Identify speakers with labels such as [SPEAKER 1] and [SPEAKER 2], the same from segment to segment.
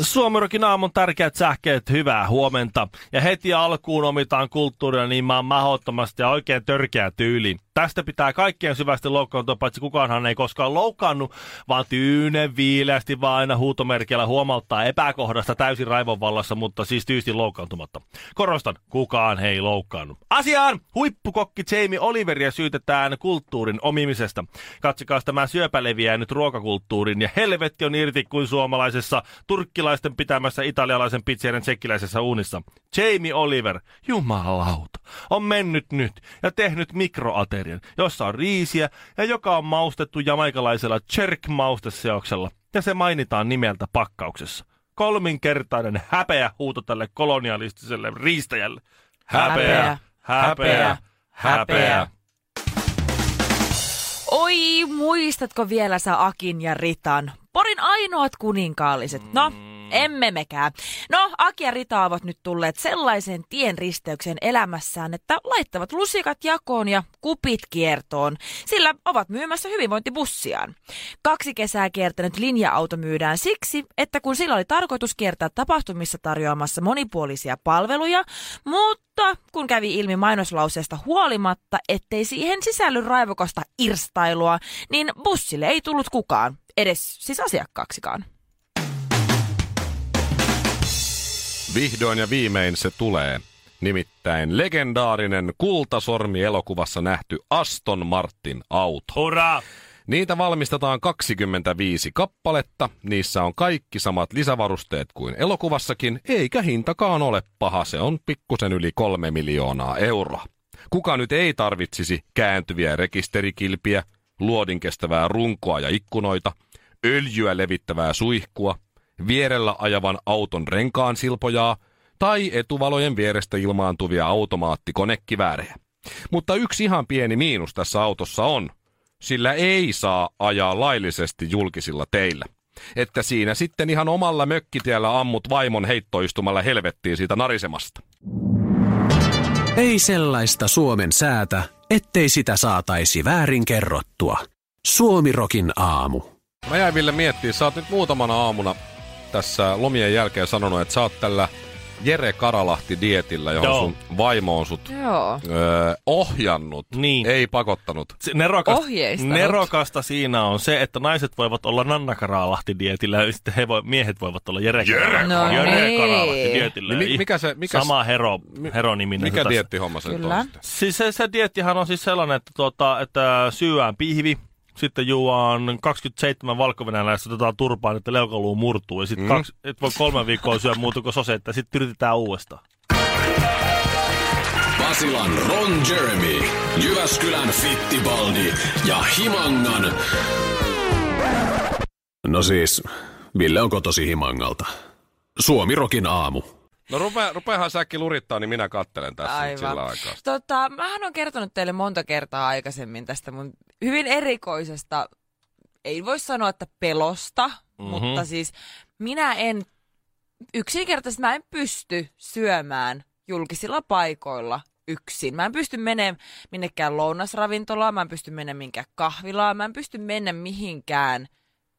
[SPEAKER 1] Suomirokin aamun tärkeät sähkeet, hyvää huomenta. Ja heti alkuun omitaan kulttuuria niin maan mahdottomasti ja oikein törkeä tyyli. Tästä pitää kaikkien syvästi loukkaantua, paitsi kukaanhan ei koskaan loukkaannut, vaan tyynen viileästi vaan aina huutomerkillä huomauttaa epäkohdasta täysin raivonvallassa, mutta siis tyysti loukkaantumatta. Korostan, kukaan ei loukkaannut. Asiaan! Huippukokki Jamie Oliveria syytetään kulttuurin omimisesta. Katsokaa tämä syöpä leviää nyt ruokakulttuurin ja helvetti on irti kuin suomalaisessa turkkilaisessa turkkilaisten pitämässä italialaisen pizzerian tsekkiläisessä uunissa. Jamie Oliver, jumalauta, on mennyt nyt ja tehnyt mikroaterian, jossa on riisiä ja joka on maustettu jamaikalaisella jerk-mausteseoksella. Ja se mainitaan nimeltä pakkauksessa. Kolminkertainen häpeä huuto tälle kolonialistiselle riistäjälle. Häpeä, häpeä, häpeä. häpeä.
[SPEAKER 2] Oi, muistatko vielä sä Akin ja Ritan? Porin ainoat kuninkaalliset. No, emme mekään. No, Aki ja Rita ovat nyt tulleet sellaiseen tien risteykseen elämässään, että laittavat lusikat jakoon ja kupit kiertoon, sillä ovat myymässä hyvinvointibussiaan. Kaksi kesää kiertänyt linja-auto myydään siksi, että kun sillä oli tarkoitus kiertää tapahtumissa tarjoamassa monipuolisia palveluja, mutta kun kävi ilmi mainoslauseesta huolimatta, ettei siihen sisälly raivokasta irstailua, niin bussille ei tullut kukaan, edes siis asiakkaaksikaan.
[SPEAKER 3] Vihdoin ja viimein se tulee. Nimittäin legendaarinen kultasormi-elokuvassa nähty Aston Martin auto.
[SPEAKER 1] Hurraa!
[SPEAKER 3] Niitä valmistetaan 25 kappaletta, niissä on kaikki samat lisävarusteet kuin elokuvassakin, eikä hintakaan ole paha, se on pikkusen yli kolme miljoonaa euroa. Kuka nyt ei tarvitsisi kääntyviä rekisterikilpiä, luodin kestävää runkoa ja ikkunoita, öljyä levittävää suihkua, vierellä ajavan auton renkaan silpojaa tai etuvalojen vierestä ilmaantuvia automaattikonekkiväärejä. Mutta yksi ihan pieni miinus tässä autossa on, sillä ei saa ajaa laillisesti julkisilla teillä. Että siinä sitten ihan omalla mökkitiellä ammut vaimon heittoistumalla helvettiin siitä narisemasta.
[SPEAKER 4] Ei sellaista Suomen säätä, ettei sitä saataisi väärin kerrottua. Suomirokin aamu.
[SPEAKER 3] Mä jäin Ville miettiä, sä oot nyt muutamana aamuna tässä lomien jälkeen sanonut, että sä oot tällä Jere Karalahti-dietillä, johon
[SPEAKER 1] Joo.
[SPEAKER 3] sun vaimo on sut
[SPEAKER 2] Joo.
[SPEAKER 3] öö, ohjannut,
[SPEAKER 1] Niin.
[SPEAKER 3] ei pakottanut.
[SPEAKER 1] Se Nerokas,
[SPEAKER 2] Ohjeistanut.
[SPEAKER 1] nerokasta siinä on se, että naiset voivat olla Nanna Karalahti-dietillä ja sitten he voi, miehet voivat olla Jere,
[SPEAKER 3] Jere
[SPEAKER 1] Karalahti-
[SPEAKER 2] No niin.
[SPEAKER 1] Karalahti-dietillä.
[SPEAKER 3] Niin mi- mikä se- mikä
[SPEAKER 1] Sama hero, hero niminen.
[SPEAKER 3] Mikä diettihomma se nyt
[SPEAKER 2] Kyllä.
[SPEAKER 3] on sitten?
[SPEAKER 1] Siis se, se diettihan on siis sellainen, että, tuota, että syöään pihvi, sitten juodaan 27 valkovenäläistä, otetaan turpaan, että leukaluu murtuu. Ja sitten mm. kaksi, et voi kolme viikkoa syödä muuta kuin sosetta, sitten yritetään uudestaan.
[SPEAKER 2] No
[SPEAKER 5] Basilan Ron Jeremy, Jyväskylän Fittibaldi ja Himangan... No siis, Ville onko tosi Himangalta? Suomirokin aamu.
[SPEAKER 3] No rupe, rupeahan säkin lurittaa, niin minä kattelen tässä nyt sillä aikaa.
[SPEAKER 2] Tota, mähän on kertonut teille monta kertaa aikaisemmin tästä mun hyvin erikoisesta, ei voi sanoa, että pelosta,
[SPEAKER 1] Mhm.
[SPEAKER 2] mm-hmm. mutta siis minä en, yksinkertaisesti mä en pysty syömään julkisilla paikoilla yksin. Mä en pysty menemään minnekään lounasravintolaan, mä en pysty menemään minkään kahvilaan, mä en pysty mennä mihinkään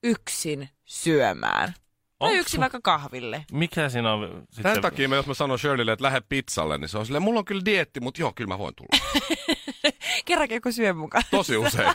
[SPEAKER 2] yksin syömään. No
[SPEAKER 1] Onks
[SPEAKER 2] yksin
[SPEAKER 1] sun-
[SPEAKER 2] vaikka kahville.
[SPEAKER 1] Mikä siinä on? Sitten...
[SPEAKER 3] Tämän takia, mä, jos mä sanon Shirleylle, että lähde pizzalle, niin se on silleen, mulla on kyllä dietti, mutta joo, kyllä mä voin tulla.
[SPEAKER 2] Kerrankin kun syö mukaan.
[SPEAKER 3] Tosi usein.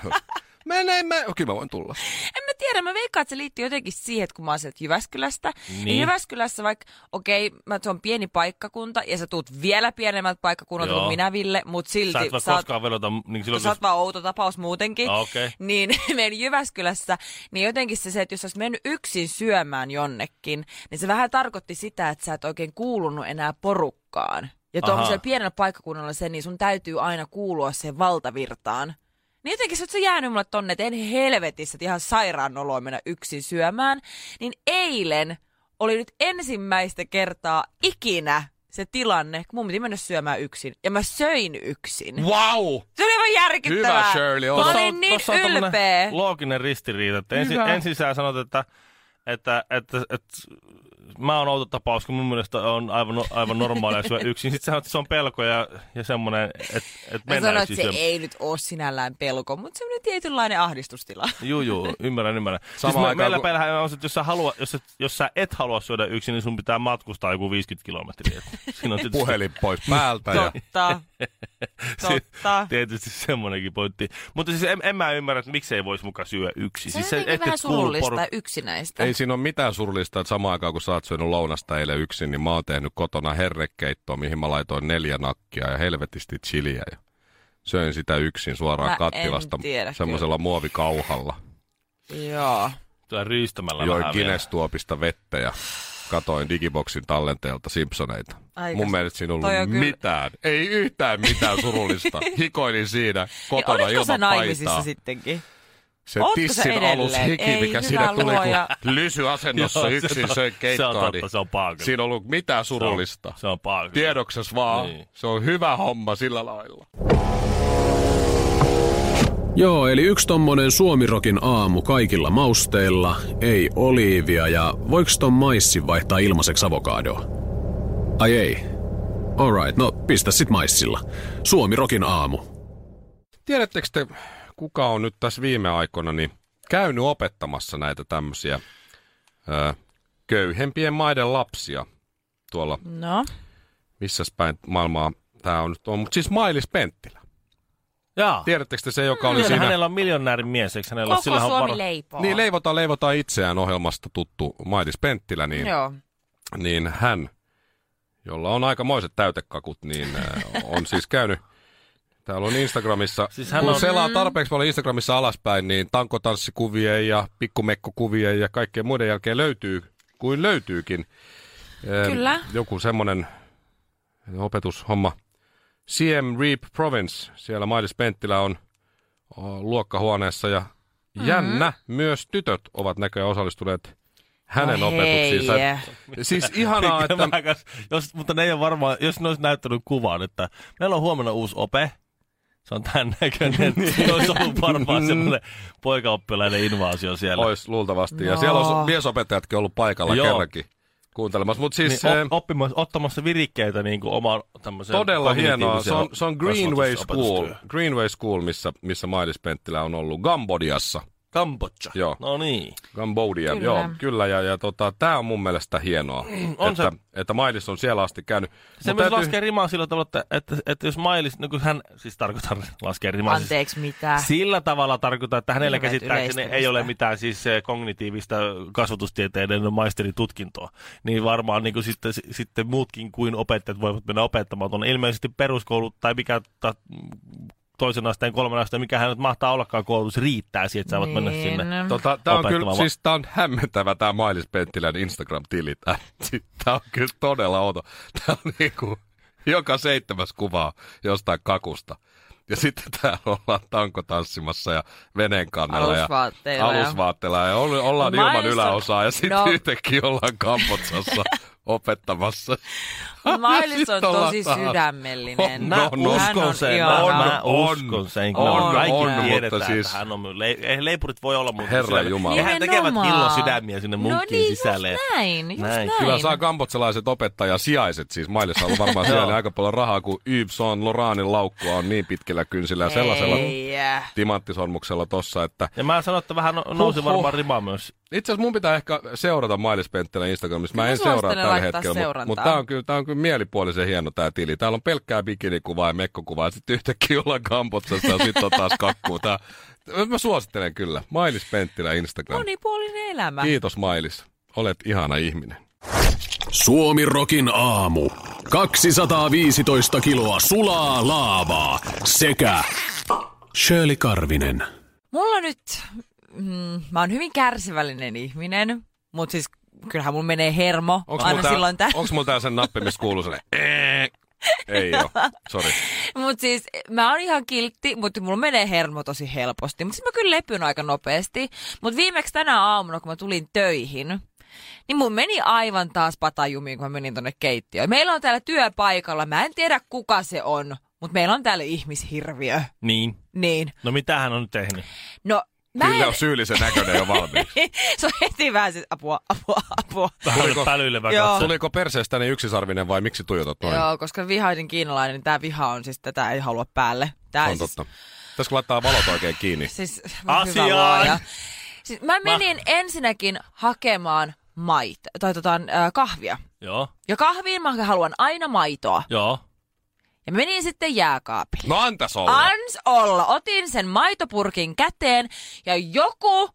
[SPEAKER 3] mä näin, mä, joo, kyllä mä voin tulla.
[SPEAKER 2] En mä tiedä, mä veikkaan, että se liittyy jotenkin siihen, että kun mä oon sieltä Jyväskylästä. Niin.
[SPEAKER 1] Niin.
[SPEAKER 2] Jyväskylässä vaikka, okei, mä se on pieni paikkakunta ja sä tuut vielä pienemmältä paikkakunnalta
[SPEAKER 1] Joo.
[SPEAKER 2] kuin minä, Ville, mutta silti
[SPEAKER 1] Sä et voi koskaan vedota, niin
[SPEAKER 2] kun
[SPEAKER 1] silloin
[SPEAKER 2] sä
[SPEAKER 1] kun
[SPEAKER 2] oot vaan outo tapaus muutenkin,
[SPEAKER 1] Ah, okei.
[SPEAKER 2] niin meidän Jyväskylässä, niin jotenkin se, se, että jos olisi mennyt yksin syömään jonnekin, niin se vähän tarkoitti sitä, että sä et oikein kuulunut enää porukkaan. Ja
[SPEAKER 1] Aha.
[SPEAKER 2] tuollaisella pienellä paikkakunnalla se, niin sun täytyy aina kuulua siihen valtavirtaan. Niin jotenkin se, että se on jäänyt mulle tonne, että en helvetissä, että ihan sairaan oloon mennä yksin syömään. Niin eilen oli nyt ensimmäistä kertaa ikinä se tilanne, kun mun piti mennä syömään yksin. Ja mä söin yksin.
[SPEAKER 3] Wow!
[SPEAKER 2] Se oli aivan järkyttävää.
[SPEAKER 3] Hyvä, Shirley,
[SPEAKER 2] Mä
[SPEAKER 3] on.
[SPEAKER 1] Tossa
[SPEAKER 2] olin niin
[SPEAKER 1] tossa on tommonen
[SPEAKER 2] ylpeä.
[SPEAKER 1] Looginen ristiriita. Että ensin,
[SPEAKER 2] Hyvä.
[SPEAKER 1] ensin sä sanot, että, että, että, että, mä oon outo tapaus, kun mun mielestä on aivan, aivan normaalia syödä yksin. Sitten sä sanot, että se on pelko ja, ja semmoinen, että, että
[SPEAKER 2] Mä
[SPEAKER 1] mennään siis
[SPEAKER 2] sanoin, että se
[SPEAKER 1] yksin syömään.
[SPEAKER 2] ei nyt ole sinällään pelko, mutta semmoinen tietynlainen ahdistustila.
[SPEAKER 1] Juu, juu, ymmärrän, ymmärrän.
[SPEAKER 3] Samaan
[SPEAKER 1] Samaan siis me,
[SPEAKER 3] aikaan
[SPEAKER 1] meillä
[SPEAKER 3] kun-
[SPEAKER 1] kun... päällähän on se, että jos sä, halua, jos, et, jos sä et halua syödä yksin, niin sun pitää matkustaa joku 50 kilometriä. Et Siinä on tietysti,
[SPEAKER 3] Puhelin pois päältä ja
[SPEAKER 2] Totta. Totta.
[SPEAKER 1] tietysti semmoinenkin pointti. Mutta siis en, en mä ymmärrä, että miksei voisi muka syödä yksin.
[SPEAKER 2] Se
[SPEAKER 1] siis
[SPEAKER 2] on jotenkin vähän
[SPEAKER 1] kuulu
[SPEAKER 2] surullista
[SPEAKER 1] porukkaan.
[SPEAKER 2] yksinäistä.
[SPEAKER 3] ei siinä ole mitään surullista, että samaan aikaan kun sä oot syönyt lounasta eilen yksin, niin mä oon tehnyt kotona herrekeittoa, mihin mä laitoin neljä nakkia ja helvetisti chiliä ja söin sitä yksin suoraan
[SPEAKER 2] Mä en
[SPEAKER 3] kattilasta
[SPEAKER 2] tiedä
[SPEAKER 3] semmoisella muovikauhalla.
[SPEAKER 1] siis-
[SPEAKER 2] Joo.
[SPEAKER 1] Tulee riistämällä
[SPEAKER 3] Join
[SPEAKER 1] vähän vielä.
[SPEAKER 3] Guinness-tuopista vettä ja katoin Digiboksin tallenteelta Simpsoneita.
[SPEAKER 2] Aika
[SPEAKER 3] Mun
[SPEAKER 2] se-
[SPEAKER 3] mielestä siinä ei
[SPEAKER 2] toi on
[SPEAKER 3] ollut
[SPEAKER 2] kyllä-
[SPEAKER 3] mitään, ei yhtään mitään surullista. Hikoilin siinä
[SPEAKER 2] Niin
[SPEAKER 3] kotona
[SPEAKER 2] olitko sä
[SPEAKER 3] ilman
[SPEAKER 2] naimisissa
[SPEAKER 3] paitaa.
[SPEAKER 2] sittenkin?
[SPEAKER 3] Se
[SPEAKER 2] Ootko sä
[SPEAKER 3] tissin
[SPEAKER 2] edelleen?
[SPEAKER 3] alus hiki,
[SPEAKER 2] Ei,
[SPEAKER 3] mikä
[SPEAKER 2] hyvä
[SPEAKER 3] siinä tuli,
[SPEAKER 2] luoja.
[SPEAKER 3] kun lysyasennossa
[SPEAKER 1] Joo, se
[SPEAKER 3] yksin
[SPEAKER 1] on-
[SPEAKER 3] söi
[SPEAKER 1] se on
[SPEAKER 3] keittoa,
[SPEAKER 1] totta,
[SPEAKER 3] niin
[SPEAKER 1] se on paakeli.
[SPEAKER 3] siinä ei ollut mitään surullista.
[SPEAKER 1] Se on paakeli.
[SPEAKER 3] Tiedoksesi vaan,
[SPEAKER 1] Niin.
[SPEAKER 3] se on hyvä homma sillä lailla.
[SPEAKER 4] Joo, eli yksi tommonen suomirokin aamu kaikilla mausteilla, ei oliivia ja voiko ton maissi vaihtaa ilmaiseksi avokadoa? Ai ei. Alright, no pistä sit maissilla. Suomirokin aamu.
[SPEAKER 3] Tiedättekö te, kuka on nyt tässä viime aikoina niin käynyt opettamassa näitä tämmöisiä ö, köyhempien maiden lapsia tuolla,
[SPEAKER 2] No.
[SPEAKER 3] missä päin maailmaa tämä on nyt on, mutta siis Mailis Penttilä.
[SPEAKER 1] Jaa.
[SPEAKER 3] Tiedättekö te se, joka oli
[SPEAKER 1] Kyllä
[SPEAKER 3] siinä...
[SPEAKER 1] hänellä on miljonäärin mies, eikö hänellä
[SPEAKER 2] Koko
[SPEAKER 1] sillä on
[SPEAKER 2] Suomi
[SPEAKER 1] varo-
[SPEAKER 2] leipoo.
[SPEAKER 3] Niin, leivotaan, leivotaan itseään ohjelmasta tuttu Mailis Penttilä, niin
[SPEAKER 2] Joo.
[SPEAKER 3] niin hän, jolla on aikamoiset täytekakut, niin äh, on siis käynyt, täällä on Instagramissa,
[SPEAKER 1] Siis
[SPEAKER 3] siis
[SPEAKER 1] hän
[SPEAKER 3] kun
[SPEAKER 1] on-
[SPEAKER 3] on... selaa tarpeeksi paljon Instagramissa alaspäin, niin tankotanssikuvien ja pikkumekkokuvien ja kaikkien muiden jälkeen löytyy, kuin löytyykin. Äh,
[SPEAKER 2] Kyllä.
[SPEAKER 3] Joku semmoinen opetushomma. Siem Reap Province, siellä Mailis Penttilä on o, luokkahuoneessa ja jännä, myös tytöt ovat näköjään osallistuneet hänen
[SPEAKER 2] Mm-hmm. No
[SPEAKER 3] opetuksiinsa.
[SPEAKER 2] hei.
[SPEAKER 3] Siis ihanaa,
[SPEAKER 1] Kyllä
[SPEAKER 3] että
[SPEAKER 1] mä kas- jos, mutta ne ei ole varmaan, jos ne olisi näyttänyt kuvan, että meillä on huomenna uusi ope, se on tämän näköinen,
[SPEAKER 3] Niin.
[SPEAKER 1] se olisi ollut varmaan semmoinen poikaoppilainen invaasio siellä.
[SPEAKER 3] olisi luultavasti. Ja
[SPEAKER 2] No.
[SPEAKER 3] siellä on miesopettajatkin ollut paikalla
[SPEAKER 1] Joo.
[SPEAKER 3] kerrankin kuuntelemassa. Mutta
[SPEAKER 1] Niin,
[SPEAKER 3] siis
[SPEAKER 1] op,
[SPEAKER 3] niin,
[SPEAKER 1] oppimassa, ottamassa virikkeitä niin kuin omaan tämmöiseen
[SPEAKER 3] todella hienoa. Se on,
[SPEAKER 1] kognitiiviseen
[SPEAKER 3] se on Greenway School,
[SPEAKER 1] kasvatusopetustyöhön.
[SPEAKER 3] Greenway School, missä, missä Mailis Penttilä on ollut. Gambodiassa.
[SPEAKER 1] Kambodža.
[SPEAKER 3] Joo.
[SPEAKER 1] No niin.
[SPEAKER 3] Gambodia,
[SPEAKER 2] Kyllä.
[SPEAKER 3] kyllä. joo, kyllä. Ja, ja tota, tämä on mun mielestä hienoa,
[SPEAKER 1] on
[SPEAKER 3] että,
[SPEAKER 1] se.
[SPEAKER 3] että Mailis on siellä asti käynyt.
[SPEAKER 1] Se
[SPEAKER 3] Mut
[SPEAKER 1] myös laskee rimaa sillä tavalla, että, että, että jos Mailis, no kun hän, siis tarkoitan laskee rimaa, siis
[SPEAKER 2] Anteeksi mitä.
[SPEAKER 1] Sillä tavalla tarkoitan, että hänellä
[SPEAKER 2] Hirveet
[SPEAKER 1] käsittääkseni ei
[SPEAKER 2] yleistämistä.
[SPEAKER 1] ole mitään siis eh, kognitiivista kasvatustieteiden maisteritutkintoa. Niin varmaan niin kuin sitten, s- sitten muutkin kuin opettajat voivat mennä opettamaan tuonne. Ilmeisesti peruskoulu tai mikä ta, toisen asteen, kolmen asteen, mikä hän nyt mahtaa ollakaan koulutus, riittää siihen, että saavat mennä
[SPEAKER 2] Niin.
[SPEAKER 1] sinne.
[SPEAKER 2] Mm.
[SPEAKER 3] Tota, tämä on kyllä,
[SPEAKER 1] opettamaan.
[SPEAKER 3] siis tää on hämmentävä tämä Mailis Penttilän Instagram-tili. Tämä on kyllä todella outo. Tämä on niinku joka seitsemäs kuvaa jostain kakusta. Ja sitten täällä ollaan tankotanssimassa ja veneen kannella ja
[SPEAKER 2] Alusvaatteilla ja-
[SPEAKER 3] alusvaatteilla. Ja olla- ollaan
[SPEAKER 2] Mailis
[SPEAKER 3] ilman
[SPEAKER 2] on-
[SPEAKER 3] yläosaa ja sitten
[SPEAKER 2] No.
[SPEAKER 3] no. yhtäkkiä ollaan Kambotsassa opettamassa.
[SPEAKER 2] Mailis on
[SPEAKER 3] Sitten ollaan
[SPEAKER 2] tosi
[SPEAKER 3] taas.
[SPEAKER 2] sydämellinen.
[SPEAKER 1] Mä
[SPEAKER 3] No, no,
[SPEAKER 2] Hän on
[SPEAKER 1] uskon sen, mä,
[SPEAKER 2] ihana.
[SPEAKER 1] mä
[SPEAKER 3] On,
[SPEAKER 1] uskon
[SPEAKER 3] on,
[SPEAKER 1] sen.
[SPEAKER 3] on,
[SPEAKER 1] On,
[SPEAKER 2] on,
[SPEAKER 1] kaikki
[SPEAKER 3] on,
[SPEAKER 1] on,
[SPEAKER 3] mutta
[SPEAKER 1] tiedetään, mutta siis...
[SPEAKER 3] siis-
[SPEAKER 1] että hän on myös, le- eh, leipurit voi olla mutta
[SPEAKER 3] Herra
[SPEAKER 1] sydämen-
[SPEAKER 3] Jumala.
[SPEAKER 1] Nehän tekevät
[SPEAKER 2] Nimenomaan.
[SPEAKER 1] hillon sydämiä sinne
[SPEAKER 2] No
[SPEAKER 1] munkkiin
[SPEAKER 2] niin, just
[SPEAKER 1] sisälle.
[SPEAKER 2] näin, just
[SPEAKER 1] Näin.
[SPEAKER 2] näin.
[SPEAKER 3] Kyllä saa kambotsalaiset opettajia sijaiset, siis Mailis on varmaan siellä niin aika paljon rahaa, kun Yves on Loraanin laukkua on niin pitkillä kynsillä ja sellaisella
[SPEAKER 2] Ei, äh.
[SPEAKER 3] timanttisormuksella tossa, että
[SPEAKER 1] Ja mä sanon, että vähän no- nousi
[SPEAKER 3] Huhhuh.
[SPEAKER 1] varmaan rimaa myös.
[SPEAKER 3] itse asiassa mun pitää ehkä seurata Mailis Penttilän Instagramissa. Mä
[SPEAKER 2] Kyllä
[SPEAKER 3] en
[SPEAKER 2] suosittelen
[SPEAKER 3] seuraa tällä
[SPEAKER 2] laittaa
[SPEAKER 3] hetkellä, mutta
[SPEAKER 2] seurantaa.
[SPEAKER 3] mut tää on kyllä, tää on kyllä mielipuolisen hieno tää tili. Täällä on pelkkää bikinikuvaa ja mekkokuvaa ja sitten yhtäkkiä ollaan kampotsassa ja sitten on taas kakkuu. Tää, mä suosittelen kyllä. Mailis Penttilä Instagram.
[SPEAKER 2] No niin, Monipuolinen elämä.
[SPEAKER 3] Kiitos Mailis. Olet ihana ihminen.
[SPEAKER 4] Suomirokin aamu. 215 kiloa sulaa laavaa sekä Shirley Karvinen.
[SPEAKER 2] Mulla nyt, mm, mä oon hyvin kärsivällinen ihminen, mutta siis kyllähän mulla menee hermo
[SPEAKER 3] Onks
[SPEAKER 2] aina
[SPEAKER 3] mulla tää-
[SPEAKER 2] silloin tää.
[SPEAKER 3] Onks mulla tää sen nappi, missä kuuluu sellainen? "Ee"? Ei ole, sori.
[SPEAKER 2] Mut siis mä oon ihan kiltti, mutta mulla menee hermo tosi helposti. Mutta siis mä kyllä lepyn aika nopeasti. Mutta viimeksi tänä aamuna, kun mä tulin töihin, niin mun meni aivan taas patajumiin, kun mä menin tonne keittiöön. Meillä on täällä työpaikalla, mä en tiedä kuka se on, mutta meillä on täällä ihmishirviö.
[SPEAKER 1] Niin.
[SPEAKER 2] Niin.
[SPEAKER 1] No mitä hän on nyt tehnyt?
[SPEAKER 2] No, mä
[SPEAKER 3] Ville
[SPEAKER 2] en...
[SPEAKER 3] on syyllisen näköinen jo valmiiksi.
[SPEAKER 2] se on heti vähän siis apua, apua, apua.
[SPEAKER 1] Vähän
[SPEAKER 3] Tuliko-
[SPEAKER 1] pälylevä
[SPEAKER 2] Joo.
[SPEAKER 1] katse.
[SPEAKER 3] Tuliko perseestäni yksisarvinen vai miksi tuijotat noin?
[SPEAKER 2] Joo, koska vihainen kiinalainen, niin tää viha on siis, tätä ei halua päälle. Tää
[SPEAKER 3] on totta. Pitäisikö laittaa valot oikein kiinni?
[SPEAKER 2] Siis, siis
[SPEAKER 1] Asiaan!
[SPEAKER 2] hyvä luoja. Siis mä menin mä... ensinnäkin hakemaan mait, tai tota, äh, kahvia.
[SPEAKER 1] Joo,
[SPEAKER 2] Ja kahviin mä haluan aina maitoa.
[SPEAKER 1] joo.
[SPEAKER 2] Ja mä menin sitten jääkaapille.
[SPEAKER 3] No antas olla.
[SPEAKER 2] Ans olla. Otin sen maitopurkin käteen ja joku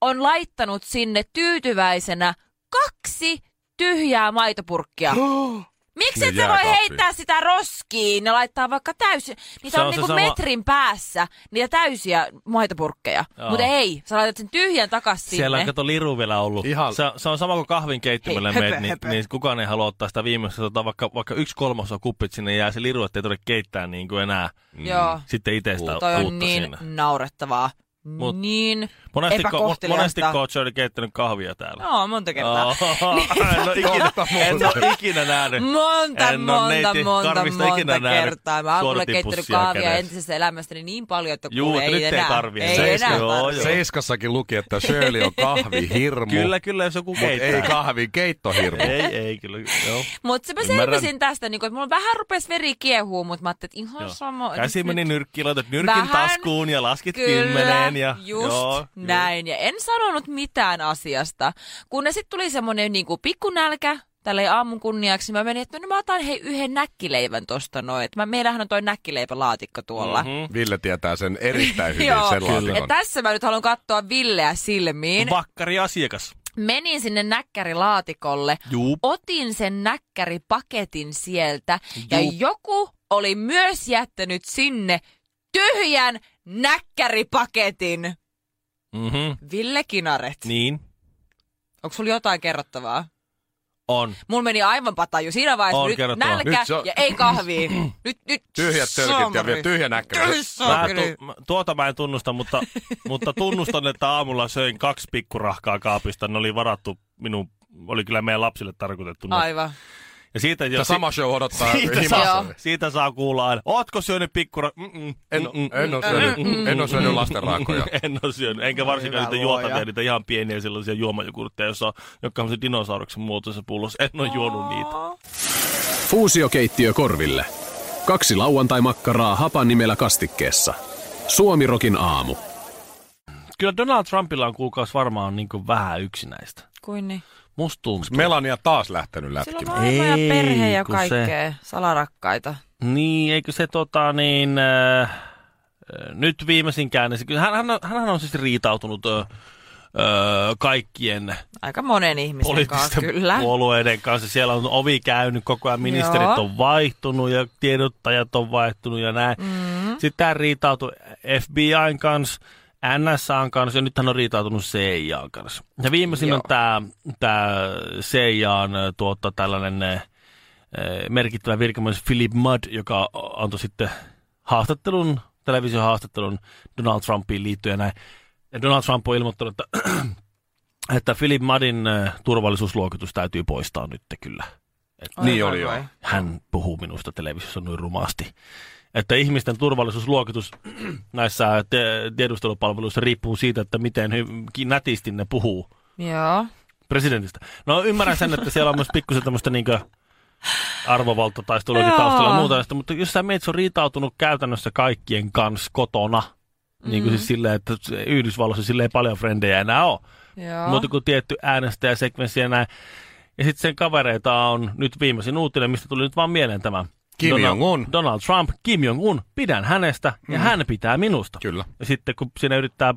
[SPEAKER 2] on laittanut sinne tyytyväisenä kaksi tyhjää maitopurkkia. Miksi
[SPEAKER 3] Sinne
[SPEAKER 2] et sä voi
[SPEAKER 3] jääkaappiin.
[SPEAKER 2] heittää sitä roskiin ja laittaa vaikka täysin, niitä
[SPEAKER 1] Se
[SPEAKER 2] on,
[SPEAKER 1] on se
[SPEAKER 2] niinku
[SPEAKER 1] sama-
[SPEAKER 2] metrin päässä, niitä täysiä maitopurkkeja.
[SPEAKER 1] Joo.
[SPEAKER 2] Mutta ei, sä laitat sen tyhjän takas sinne.
[SPEAKER 1] Siellä on kato liru vielä ollut.
[SPEAKER 3] Ihan-
[SPEAKER 1] Se, se, on sama kuin kahvin keittimelle
[SPEAKER 2] Hei,
[SPEAKER 1] meet,
[SPEAKER 2] höpö,
[SPEAKER 1] niin,
[SPEAKER 2] höpö.
[SPEAKER 1] niin, kukaan ei halua ottaa sitä viimeistä, tota, vaikka, vaikka yksi kolmasosa kuppit sinne jää se liru, ettei tarvitse keittää niin kuin enää
[SPEAKER 2] Mm. Joo,
[SPEAKER 1] sitten itsestä
[SPEAKER 2] toi on
[SPEAKER 1] uutta
[SPEAKER 2] niin
[SPEAKER 1] siinä.
[SPEAKER 2] naurettavaa.
[SPEAKER 1] Mut-
[SPEAKER 2] niin
[SPEAKER 1] Monesti, ko-
[SPEAKER 2] epäkohteliasta. No,
[SPEAKER 1] monesti Coacher keittänyt kahvia täällä.
[SPEAKER 2] Joo, monta kertaa.
[SPEAKER 1] Joo. en ole ikinä,
[SPEAKER 3] Totta
[SPEAKER 1] en
[SPEAKER 3] muuten.
[SPEAKER 1] ole ikinä nähnyt.
[SPEAKER 2] No. Monta,
[SPEAKER 1] En oo
[SPEAKER 2] monta,
[SPEAKER 1] neiti
[SPEAKER 2] monta,
[SPEAKER 1] Karvista ikinä
[SPEAKER 2] monta
[SPEAKER 1] nähnyt
[SPEAKER 2] kertaa. Mä oon kuule keittinyt
[SPEAKER 1] sortipussia
[SPEAKER 2] kahvia
[SPEAKER 1] kädessä.
[SPEAKER 2] entisessä elämästäni niin paljon, että
[SPEAKER 1] Juu,
[SPEAKER 2] kuule,
[SPEAKER 1] että nyt
[SPEAKER 2] ei
[SPEAKER 1] ei
[SPEAKER 2] enää.
[SPEAKER 1] tarvii
[SPEAKER 2] Ei
[SPEAKER 1] enää.
[SPEAKER 2] enää
[SPEAKER 1] Joo,
[SPEAKER 2] tarvii.
[SPEAKER 1] joo.
[SPEAKER 3] Seiskassakin luki, että Shirley on kahvihirmu,
[SPEAKER 1] Kyllä, kyllä, jos joku
[SPEAKER 3] mutta ei
[SPEAKER 1] keittää.
[SPEAKER 3] kahvin keittohirmu.
[SPEAKER 1] ei, ei, kyllä. Joo.
[SPEAKER 2] Mutta mä
[SPEAKER 3] Ymmärrän.
[SPEAKER 2] selvisin tästä, niin kun, että mulla vähän rupesi veri kiehuu, mutta mä ajattelin, että ihan
[SPEAKER 1] Joo.
[SPEAKER 2] sama.
[SPEAKER 1] Käsi
[SPEAKER 2] nyt-
[SPEAKER 1] meni
[SPEAKER 2] nyt-
[SPEAKER 1] nyrkkiin, laitat nyrkin
[SPEAKER 2] Vähän,
[SPEAKER 1] taskuun ja laskit
[SPEAKER 2] Kyllä,
[SPEAKER 1] kymmeneen. Ja,
[SPEAKER 2] just
[SPEAKER 1] joo,
[SPEAKER 2] näin. Ja en sanonut mitään asiasta. Kun ne sitten tuli semmoinen niin kuin pikkunälkä, tälle aamun kunniaksi, mä menin, että no mä otan hei yhden näkkileivän tosta noin. Et Mä, meillähän on toi näkkileipälaatikko tuolla.
[SPEAKER 1] Mhm.
[SPEAKER 3] Ville tietää sen erittäin hyvin,
[SPEAKER 2] Joo.
[SPEAKER 3] sen
[SPEAKER 1] Kyllä.
[SPEAKER 2] Ja
[SPEAKER 3] laatikon.
[SPEAKER 2] tässä mä nyt haluan katsoa Villeä silmiin.
[SPEAKER 1] Vakkari asiakas.
[SPEAKER 2] Menin sinne näkkärilaatikolle,
[SPEAKER 1] Juu.
[SPEAKER 2] otin sen näkkäripaketin sieltä ja
[SPEAKER 1] Juu.
[SPEAKER 2] joku oli myös jättänyt sinne tyhjän näkkäripaketin.
[SPEAKER 1] Mm-hmm.
[SPEAKER 2] Ville Kinaret, niin.
[SPEAKER 1] Niin,
[SPEAKER 2] onko sulla jotain kerrottavaa?
[SPEAKER 1] on.
[SPEAKER 2] Mulla meni aivan pataju siinä vaiheessa.
[SPEAKER 1] On
[SPEAKER 2] nyt
[SPEAKER 1] kerrottavaa.
[SPEAKER 2] nälkä
[SPEAKER 3] Nyt se on-
[SPEAKER 2] ja ei kahvia. nyt, nyt
[SPEAKER 3] Tyhjät tölkit ja vielä tyhjä näkkäri.
[SPEAKER 1] Mä
[SPEAKER 2] tyhjä.
[SPEAKER 1] tu- mä- tuota mä en tunnusta, mutta, mutta tunnustan, että aamulla söin kaksi pikkurahkaa kaapista. Ne oli varattu minun, oli kyllä meidän lapsille tarkoitettu. ne.
[SPEAKER 2] Aivan.
[SPEAKER 1] Ja siitä, jos,
[SPEAKER 3] Tämä sama show odottaa
[SPEAKER 1] siitä,
[SPEAKER 3] himassa.
[SPEAKER 1] saa, siitä saa kuulla aina. Ootko syönyt pikkura? Mm, Mm-mm.
[SPEAKER 3] En, en
[SPEAKER 1] mm,
[SPEAKER 3] ole syönyt, en ole syönyt lastenraakoja.
[SPEAKER 1] en ole syönyt, enkä varsinkaan
[SPEAKER 2] Hyvä
[SPEAKER 1] niitä
[SPEAKER 2] luoja.
[SPEAKER 1] juotavia, niitä ihan pieniä sellaisia juomajokurtteja, jossa on, jotka on se dinosauruksen muotoisessa pullossa. En ole juonut niitä.
[SPEAKER 4] Fuusiokeittiö korville. Kaksi lauantai-makkaraa hapan nimellä kastikkeessa. Suomirokin aamu.
[SPEAKER 1] Kyllä Donald Trumpilla on kuukausi varmaan niin kuin vähän yksinäistä.
[SPEAKER 2] Kuin niin?
[SPEAKER 1] Musta tuntuu.
[SPEAKER 3] Melania taas lähtenyt
[SPEAKER 2] Sillä
[SPEAKER 3] lätkimään.
[SPEAKER 2] on maailma ja
[SPEAKER 1] Ei,
[SPEAKER 2] perhe ja
[SPEAKER 1] kun se-
[SPEAKER 2] kaikkea. Salarakkaita.
[SPEAKER 1] Niin, eikö se tota niin... Äh, äh, nyt viimeisinkään, niin se- kyllä hän, hän, hänhän on siis riitautunut ö, ö, kaikkien
[SPEAKER 2] Aika monen ihmisen kanssa,
[SPEAKER 1] poliittisten
[SPEAKER 2] kyllä.
[SPEAKER 1] puolueiden kanssa. Siellä on ovi käynyt koko ajan, ministerit
[SPEAKER 2] Joo.
[SPEAKER 1] on vaihtunut ja tiedottajat on vaihtunut ja näin. Mm. Sitten tämä riitautui FBIn kanssa, NSAn kanssa ja nyt hän on riitautunut CIAn kanssa. Ja viimeisin
[SPEAKER 2] Joo.
[SPEAKER 1] on tämä tää CIAn ö, tuota, tällainen ö, merkittävä virkamies Philip Mudd, joka antoi sitten haastattelun, televisiohaastattelun Donald Trumpiin liittyen. ja Näin. Ja Donald Trump on ilmoittanut, että että Philip Madin äh, turvallisuusluokitus täytyy poistaa nyt kyllä.
[SPEAKER 2] Oi,
[SPEAKER 3] Niin
[SPEAKER 2] voi
[SPEAKER 3] oli joo.
[SPEAKER 2] voi.
[SPEAKER 1] Hän puhuu minusta televisiossa noin rumasti. Että ihmisten turvallisuusluokitus näissä te- tiedustelupalveluissa riippuu siitä, että miten hy- nätisti ne puhuu
[SPEAKER 2] Joo.
[SPEAKER 1] presidentistä. No ymmärrän sen, että siellä on myös pikkusen tämmöistä niinkö arvovaltataistelua niin
[SPEAKER 2] Joo.
[SPEAKER 1] taustalla ja muuta tästä, mutta jos sä meet, se on riitautunut käytännössä kaikkien kanssa kotona, niin
[SPEAKER 2] Mm.
[SPEAKER 1] kuin siis silleen, että Yhdysvalloissa sille ei paljon frendejä enää ole
[SPEAKER 2] Joo.
[SPEAKER 1] muuta kuin tietty äänestäjäsekvenssi ja näin. Ja sitten sen kavereita on nyt viimeisin uutinen, mistä tuli nyt vaan mieleen tämä.
[SPEAKER 3] Kim
[SPEAKER 1] Donald-
[SPEAKER 3] Jong-un. Mm.
[SPEAKER 1] Donald Trump, Kim Jong-un, pidän hänestä ja hän pitää minusta.
[SPEAKER 3] Kyllä.
[SPEAKER 1] Ja sitten kun siinä yrittää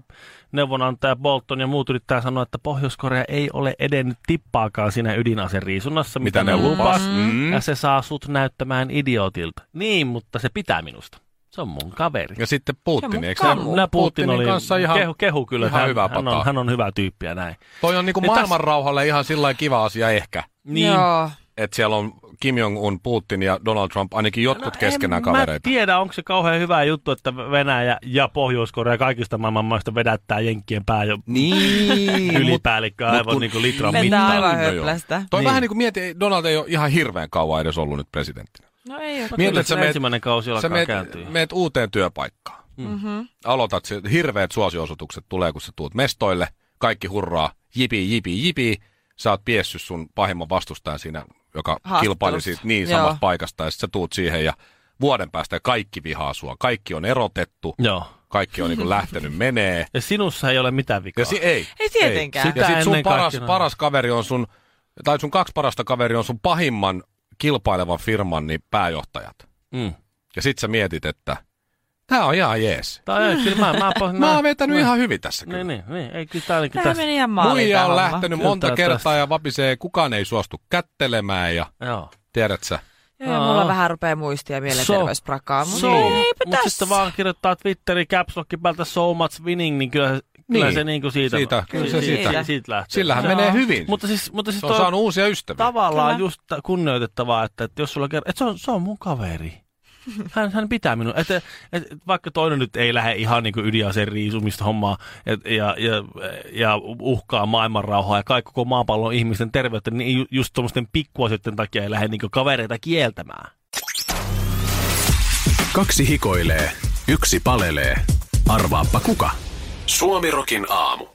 [SPEAKER 1] neuvonantaja Bolton ja muut yrittää sanoa, että Pohjois-Korea ei ole edennyt tippaakaan siinä ydinaseriisunnassa, mitä,
[SPEAKER 3] Mitä ne lupas? Mm.
[SPEAKER 1] Ja se saa sut näyttämään idiotilta. Niin, mutta se pitää minusta. Se on mun kaveri.
[SPEAKER 3] Ja sitten
[SPEAKER 2] Ja mun
[SPEAKER 3] Putin, eikö
[SPEAKER 2] kamu.
[SPEAKER 3] nää-
[SPEAKER 1] Nää Putin oli,
[SPEAKER 3] kanssa ihan,
[SPEAKER 1] kehu, kehu kyllä, että
[SPEAKER 3] ihan
[SPEAKER 1] hän,
[SPEAKER 3] hyvä
[SPEAKER 1] hän,
[SPEAKER 3] pataa.
[SPEAKER 1] on, hän on hyvä tyyppi ja näin.
[SPEAKER 3] Toi on niinku
[SPEAKER 1] Niin tässä- niin-
[SPEAKER 3] maailmanrauhalle ihan sillä lailla kiva asia ehkä,
[SPEAKER 2] Joo.
[SPEAKER 3] että siellä on Kim Jong-un, Putin ja Donald Trump, ainakin jotkut no, keskenään
[SPEAKER 1] en
[SPEAKER 3] kavereita.
[SPEAKER 1] Mä tiedä, onko se kauhean hyvä juttu, että Venäjä ja Pohjois-Korea kaikista maailman maista vedättää jenkkien pää jo
[SPEAKER 3] Niin,
[SPEAKER 1] ylipäällikkö
[SPEAKER 3] mut
[SPEAKER 1] aivan
[SPEAKER 3] kun-
[SPEAKER 1] niin kuin litran
[SPEAKER 2] Mennään
[SPEAKER 1] mittaan.
[SPEAKER 2] aivan
[SPEAKER 3] joo.
[SPEAKER 2] höplästä.
[SPEAKER 3] Toi
[SPEAKER 1] Niin.
[SPEAKER 3] niin. vähän niin kuin mieti, Donald ei ole ihan hirveän kauan edes ollut nyt presidenttinä.
[SPEAKER 2] No ei ole.
[SPEAKER 3] Mietit,
[SPEAKER 1] Kyllä
[SPEAKER 3] sä
[SPEAKER 1] se
[SPEAKER 3] meet-
[SPEAKER 1] ensimmäinen kausi
[SPEAKER 3] Sä
[SPEAKER 1] alkaa Mm.
[SPEAKER 3] meet,
[SPEAKER 1] kääntyä.
[SPEAKER 3] meet uuteen työpaikkaan. Mm-hmm. Aloitat, se- hirveät suosiosoitukset tulee, kun sä tuut mestoille. Kaikki hurraa, jipi, jipi, jipi. Sä oot piessyt sun pahimman vastustajan siinä, joka
[SPEAKER 2] Haastattelussa.
[SPEAKER 3] kilpaili siitä niin
[SPEAKER 2] Joo.
[SPEAKER 3] samasta paikasta. Ja sit sä tuut siihen ja vuoden päästä kaikki vihaa sua. Kaikki on erotettu,
[SPEAKER 1] Joo.
[SPEAKER 3] kaikki on niin lähtenyt menee.
[SPEAKER 1] Ja sinussa ei ole mitään vikaa.
[SPEAKER 3] Ja si- ei.
[SPEAKER 2] Ei tietenkään.
[SPEAKER 1] Sitä
[SPEAKER 3] Ja sit sun
[SPEAKER 1] ennen
[SPEAKER 3] paras,
[SPEAKER 1] kaikkea.
[SPEAKER 3] paras kaveri on sun, tai sun kaksi parasta kaveri on sun pahimman kilpailevan firman niin pääjohtajat.
[SPEAKER 1] Mm.
[SPEAKER 3] Ja sit sä mietit, että tää on ihan jees.
[SPEAKER 1] Tai ei, kyllä mä, mä, mä,
[SPEAKER 3] Mä oon vetänyt ihan hyvin tässä kyllä.
[SPEAKER 1] Niin, niin, niin. Ei, kyllä tää, niin,
[SPEAKER 2] Tämä
[SPEAKER 1] tästä.
[SPEAKER 2] meni ihan maaliin
[SPEAKER 3] Muija
[SPEAKER 2] tää
[SPEAKER 3] on
[SPEAKER 2] homma.
[SPEAKER 3] lähtenyt
[SPEAKER 1] Kyllä
[SPEAKER 3] monta
[SPEAKER 1] tää
[SPEAKER 3] kertaa
[SPEAKER 1] tästä.
[SPEAKER 3] ja vapisee, kukaan ei suostu kättelemään ja
[SPEAKER 1] Joo.
[SPEAKER 3] tiedät sä.
[SPEAKER 2] Joo, ja mulla
[SPEAKER 1] Aa.
[SPEAKER 2] vähän Niin, rupeaa muistia mielenterveysprakaa, mutta
[SPEAKER 1] so,
[SPEAKER 2] eipä
[SPEAKER 1] mut
[SPEAKER 2] tässä.
[SPEAKER 1] sitten vaan kirjoittaa Twitterin caps lockin päältä so much winning, niin kyllä, kyllä
[SPEAKER 3] Niin.
[SPEAKER 1] se niin kuin siitä,
[SPEAKER 3] Siitä, kyllä se
[SPEAKER 1] siitä,
[SPEAKER 3] siitä.
[SPEAKER 1] siitä, siitä lähtee.
[SPEAKER 3] Sillähän
[SPEAKER 2] Joo.
[SPEAKER 3] menee hyvin.
[SPEAKER 1] Mutta siis, mutta siis
[SPEAKER 3] se on
[SPEAKER 1] toi-
[SPEAKER 3] saanut uusia ystäviä.
[SPEAKER 1] tavallaan
[SPEAKER 2] Kyllä.
[SPEAKER 1] just ta- kunnioitettavaa, että, että jos sulla kerran, että se on, se on mun kaveri. Hän, hän pitää minua. Että, että vaikka toinen nyt ei lähde ihan niin kuin ydinaseen riisumista hommaa et, ja, ja, ja uhkaa maailmanrauhaa ja kaikki koko maapallon ihmisten terveyttä, niin ju- just tuommoisten pikkuasioiden takia ei lähde niin kuin kavereita kieltämään.
[SPEAKER 4] Kaksi hikoilee, yksi palelee. Arvaappa kuka? Suomirokin aamu.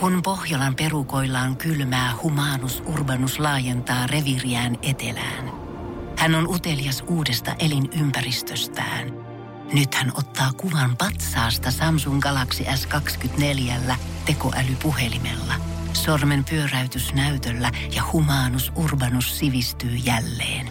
[SPEAKER 6] Kun Pohjolan perukoilla on kylmää, humanus urbanus laajentaa reviriään etelään. Hän on utelias uudesta elinympäristöstään. Nyt hän ottaa kuvan patsaasta Samsung Galaxy S24 tekoälypuhelimella. Sormen pyöräytys näytöllä ja humanus urbanus sivistyy jälleen.